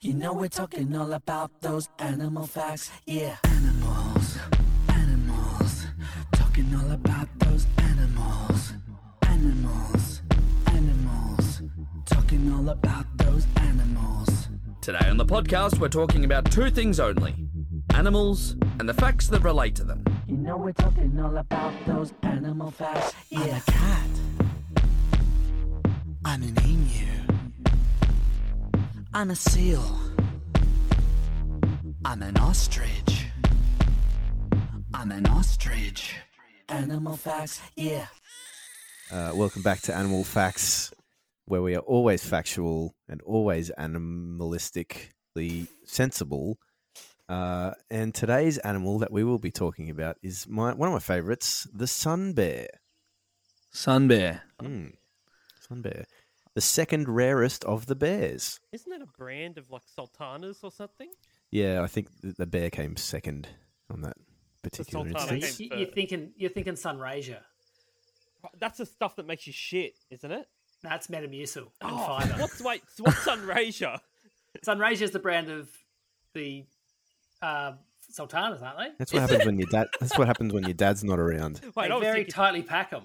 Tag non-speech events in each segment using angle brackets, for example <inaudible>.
You know we're talking all about those animal facts, yeah. Animals, animals, talking all about those animals. Animals, animals, talking all about those animals. Today on the podcast, we're talking about two things only animals and the facts that relate to them. You know we're talking all about those animal facts, yeah. I'm a cat. I'm an emu. I'm a seal. I'm an ostrich. I'm an ostrich. Animal facts, yeah. Uh, welcome back to Animal Facts, where we are always factual and always animalistically sensible. Uh, and today's animal that we will be talking about is my one of my favorites, the sun bear. Hmm. Sun bear. Sun bear, the second rarest of the bears. Isn't that a brand of like sultanas or something? Yeah, I think th- the bear came second on that particular sultana instance. came You- first. You're thinking, you're thinking Sunraysia. That's the stuff that makes you shit, isn't it? That's Metamucil and Oh, fibre. what's <laughs> wait? What's <laughs> Sunraysia? Sunraysia is the brand of the uh, sultanas, aren't they? That's what happens when your dad. That's what happens when your dad's not around. Wait, I they was very thinking- tightly pack them.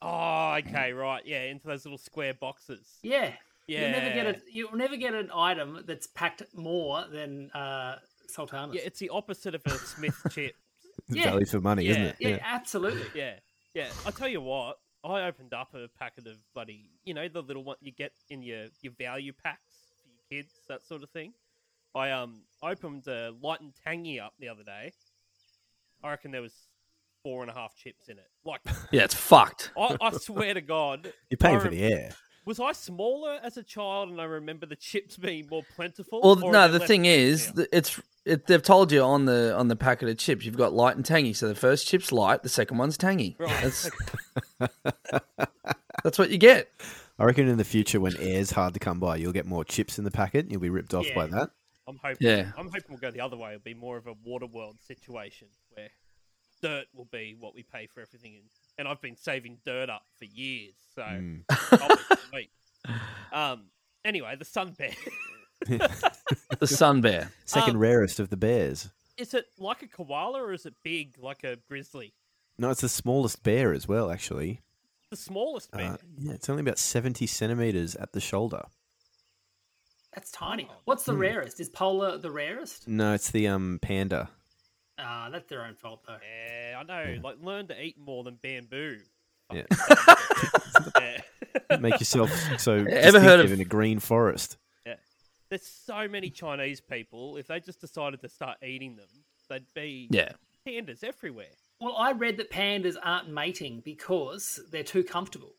Oh, okay, right, yeah, into those little square boxes. Yeah. You'll never get Yeah. a, You'll never get an item that's packed more than uh, sultanas. Yeah, it's the opposite of a <laughs> Smith chip. It's Yeah. value for money, isn't it? Yeah, absolutely. Yeah, yeah. I tell you what, I opened up a packet of bloody, you know, the little one you get in your your value packs for your kids, that sort of thing. I um opened a light and tangy up the other day. I reckon there was four and a half chips in it. Like, Yeah, it's fucked. I, I swear to God, <laughs> You're paying I for rem- the air. Was I smaller as a child, and I remember the chips being more plentiful? Well, or no, am I the less thing is, now? th- it's it, they've told you on the on the packet of chips, you've got light and tangy. So the first chip's light, the second one's tangy. Right. That's, that's what you get. I reckon in the future, when air's hard to come by, you'll get more chips in the packet. You'll be ripped off by Yeah. that. I'm hoping. Yeah. I'm hoping we'll go the other way. It'll be more of a water world situation where dirt will be what we pay for everything, in. and I've been saving dirt up for years, so Mm. <laughs> I'll be sweet. Um. Anyway, the sun bear. <laughs> The sun bear. Second Um, rarest of the bears. is it like a koala or is it big like a grizzly? No, it's the smallest bear as well, actually. The smallest bear. Uh, yeah, it's only about 70 centimeters at the shoulder. That's tiny. Oh. What's the rarest? Is polar the rarest? No, it's the um panda. Ah, that's their own fault though. yeah, I know. Like, learn to eat more than <laughs> bamboo. Yeah. Yeah. Make <laughs> yourself so Ever heard of- distinctive in a green forest. Yeah. There's so many Chinese people. If they just decided to start eating them, they'd be Yeah. pandas everywhere. Well, I read that pandas aren't mating because they're too comfortable.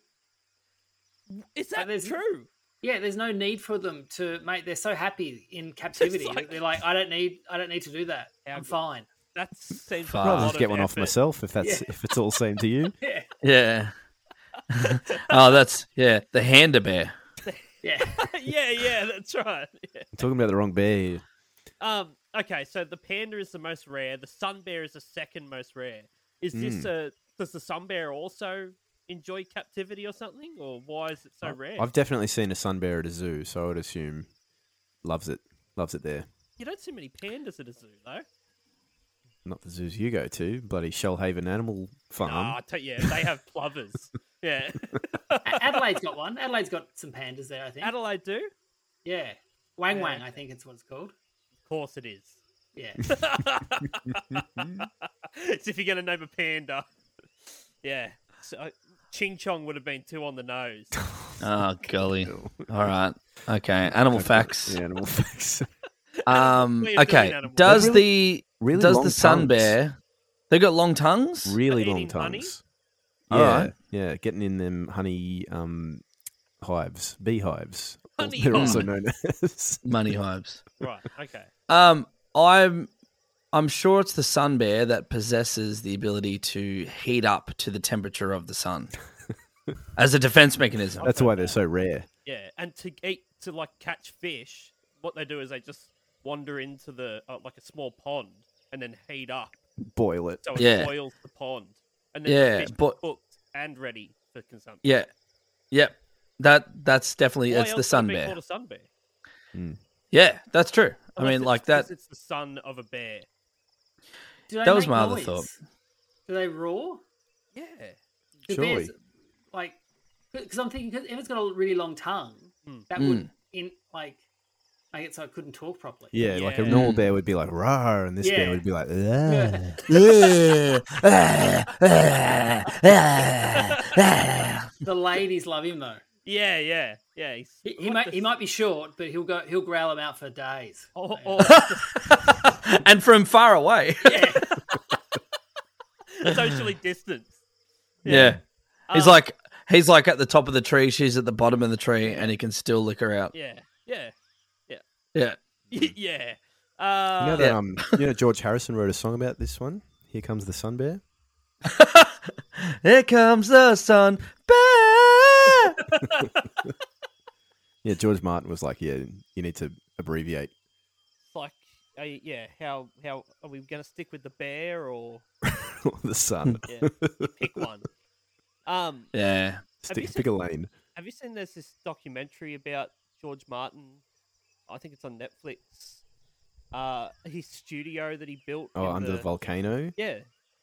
Is that there's- true? Yeah, there's no need for them to mate. They're so happy <laughs> in captivity. that like- They're like, I don't need, I don't need to do that. I'm fine. That seems Fuck. a I'll lot just get of one off effort. myself if that's if it's all same to you. Yeah, Yeah. <laughs> oh, that's yeah. The hander bear. <laughs> yeah. <laughs> yeah, yeah, that's right. Yeah. I'm talking about the wrong bear. here. Um, okay, so the panda is the most rare. The sun bear is the second most rare. Is this Hmm. a does the sun bear also enjoy captivity or something, or why is it so rare? I've definitely seen a sun bear at a zoo, so I would assume loves it. Loves it there. You don't see many pandas at a zoo though. Not the zoos you go to, bloody Shellhaven Animal Farm. Ah, I tell you, yeah, they have <laughs> plovers. yeah, A- Adelaide's got one. Adelaide's got some pandas there, I think. Adelaide do. Of yeah, Wang Yeah. Wang, I think it's what it's called. course, it is. <laughs> Yeah, it's if you're going to name a panda. <laughs> Yeah. So uh, Ching Chong would have been two on <laughs> the nose. Oh golly. All right. Okay. Animal facts. The animal facts. Um. We're doing Okay. animal Does facts. Really- the really does long the sun tongues. bear? They got long tongues. really long eating honey? tongues. All yeah, right. yeah, getting in them honey um, hives, beehives. or- Honey They're also hive. known as. <laughs> Money hives. Right. Okay. Um. I'm. I'm sure it's the sun bear that possesses the ability to heat up to the temperature of the <laughs> sun as a defense mechanism. That's why they're so rare. Yeah. And to eat, to like catch fish, what they do is they just wander into the, uh, like a small pond and then heat up. Boil it. So it Yeah. boils the pond. And then Yeah, the fish is but- cooked and ready for consumption. Yeah. Yep. That that's definitely Why it's else the would it sun be bear. called a sun bear? Yeah, that's true. I Unless mean, it's- like that. unless It's the son of a bear. Do they That was make my other noise? thought. Do they roar? Yeah. The Surely. bears, like, because I'm thinking, 'cause if it's got a really long tongue, Mm. Hmm. that would in like make it so I couldn't talk properly. Yeah, like a Yeah. normal bear would be like rah, and this bear Yeah. would be like Yeah. The ladies love him though. Yeah, yeah, yeah. He's He, he like might the <laughs> he might be short, but he'll go he'll growl him out for days. Oh, Yeah. oh, <laughs> and from far <laughs> away. socially distanced. yeah. He's Um, like he's like at the top of the tree, she's at the bottom of the tree, and he can still lick her out. Yeah, yeah, Yeah. <laughs> yeah. <laughs> Uh, You know, that, Yeah. um, you know George Harrison wrote a song about this one. Here comes the sun bear. Here comes the sun. Bear! Yeah, George Martin was like, yeah, you need to abbreviate. <laughs> like, uh, yeah. How how are we gonna stick with the bear or the sun. yeah, <laughs> you pick one? Um, <laughs> yeah. you Stick, seen- pick a lane. have you seen there's this documentary about George Martin? I think it's on Netflix. Uh, his studio that he built. Oh, in under the volcano. yeah,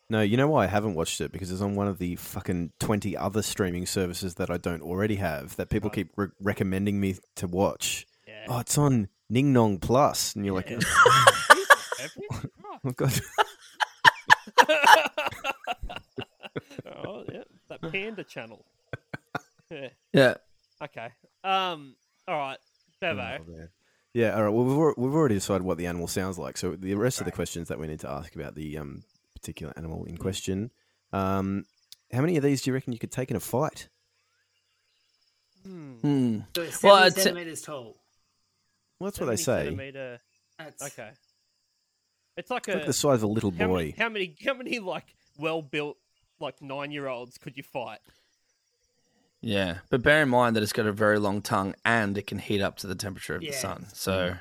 No, you know why I haven't watched it because it's on one of the fucking twenty other streaming services that I don't already have that people Right. keep re- recommending me to watch. yeah. Oh, it's on Ning Nong Plus, and you're <laughs> Yeah. like, <laughs> Jesus, Christ. oh <laughs> god, oh, yeah, that panda channel. <laughs> Yeah, Yeah. okay. Um. All right, Bevo. Oh, man. <laughs> yeah, all right. Well, we've, al- we've already decided what the animal sounds like. So the rest of the questions that we need to ask about the um, particular animal Mm. in question, um, how many of these do you reckon you could take in a fight? Hmm, Hmm. So it's Well, seventy I'd say- centimeters tall. Well, that's what they 70 say. centimeter- That's Okay. It's like It's a like the size of a little how boy. many how many <laughs> how many like well built like nine year olds could you fight? Yeah. But bear in mind that it's got a very long tongue and it can heat up to the temperature of the Yeah. sun. So Yeah, yeah.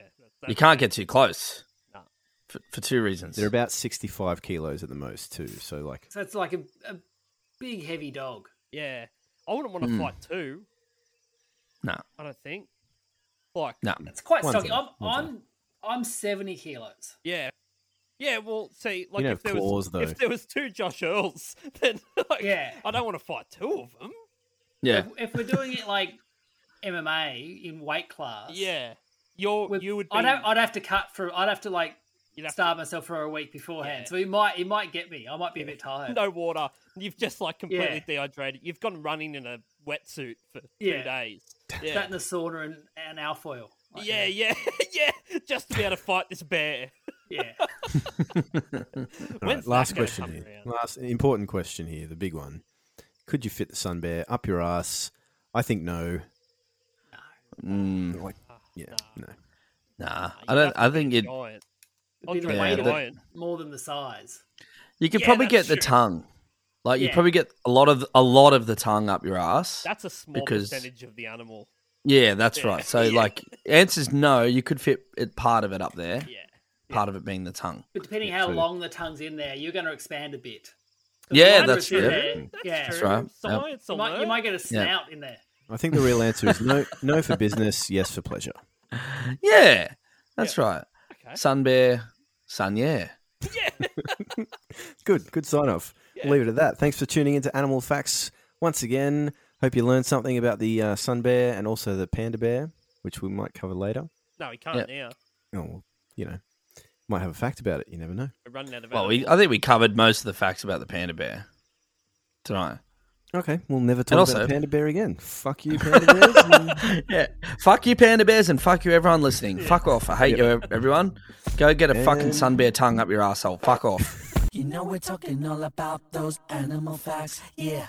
That's, you that's- can't get too close. No. For, for two reasons. They're about sixty-five kilos at the most, too. So like, so it's like a, a big heavy dog. Yeah, I wouldn't want to Hmm. Mm. fight two. No. I don't think. Like No. It's quite One stocky. time, I'm one I'm I'm seventy kilos. yeah, yeah. Well, see, like you know, if there was claws though. if there was two Josh Earls, <laughs> then like, Yeah. I don't want to fight two of them. Yeah. If, if we're doing it like MMA in weight class, Yeah, you're with- you would be. I'd have, I'd have to cut for. I'd have to like you'd have to- starve myself for a week beforehand. Yeah. So he might he might get me. I might be a bit <laughs> tired. no water. You've just like completely Yeah. dehydrated. You've gone running in a wetsuit for two Yeah. days. Sat Yeah, in the sauna and, and alfoil. Like, yeah, yeah, <laughs> yeah. Just to be able to fight this bear. yeah. All right, When's that last gonna question come here. around? Last important question here, the big one. Could you fit the sun bear up your ass? I think no. Mm, Like, yeah, Ah, no. Nah. nah. Nah, I you'd don't have to I be think you'd giant. It'd I'll be the give you weight Yeah, of that- it giant. more than the size. you could Yeah, probably get that's the true. tongue. Like you Yeah. probably get a lot of a lot of the tongue up your ass. That's a small Because- percentage of the animal. Yeah, that's Yeah. right. So, <laughs> Yeah. like, answer's no. You could fit it, part of it up there, Yeah. part of it being the tongue. But depending Yeah, how true. long the tongue's in there, you're going to expand a bit. 'Cause Yeah, the longer that's it's in true. there, yeah, That's true. right. Science You, alone. might, you might get a snout in there. I think the real answer is <laughs> no. No for business, yes for pleasure. Yeah, that's right. Okay. Sun bear, sun yeah. Good, good sign off. We'll Leave it at that. Thanks for tuning into Animal Facts once again. Hope you learned something about the uh, sun bear and also the panda bear, which we might cover later. No, he can't now. Oh, well, you know, might have a fact about it. You never know. We're running out of Well, animals. we, I think we covered most of the facts about the panda bear <laughs> tonight. Okay, we'll never talk also- about the panda bear again. <laughs> Fuck you, panda bears. and- yeah, <laughs> fuck you, panda bears, and fuck you, everyone listening. Fuck off. I hate you, ev- everyone. Go get a fucking sun bear tongue up your asshole. Fuck off. You know we're talking all about those animal facts, yeah.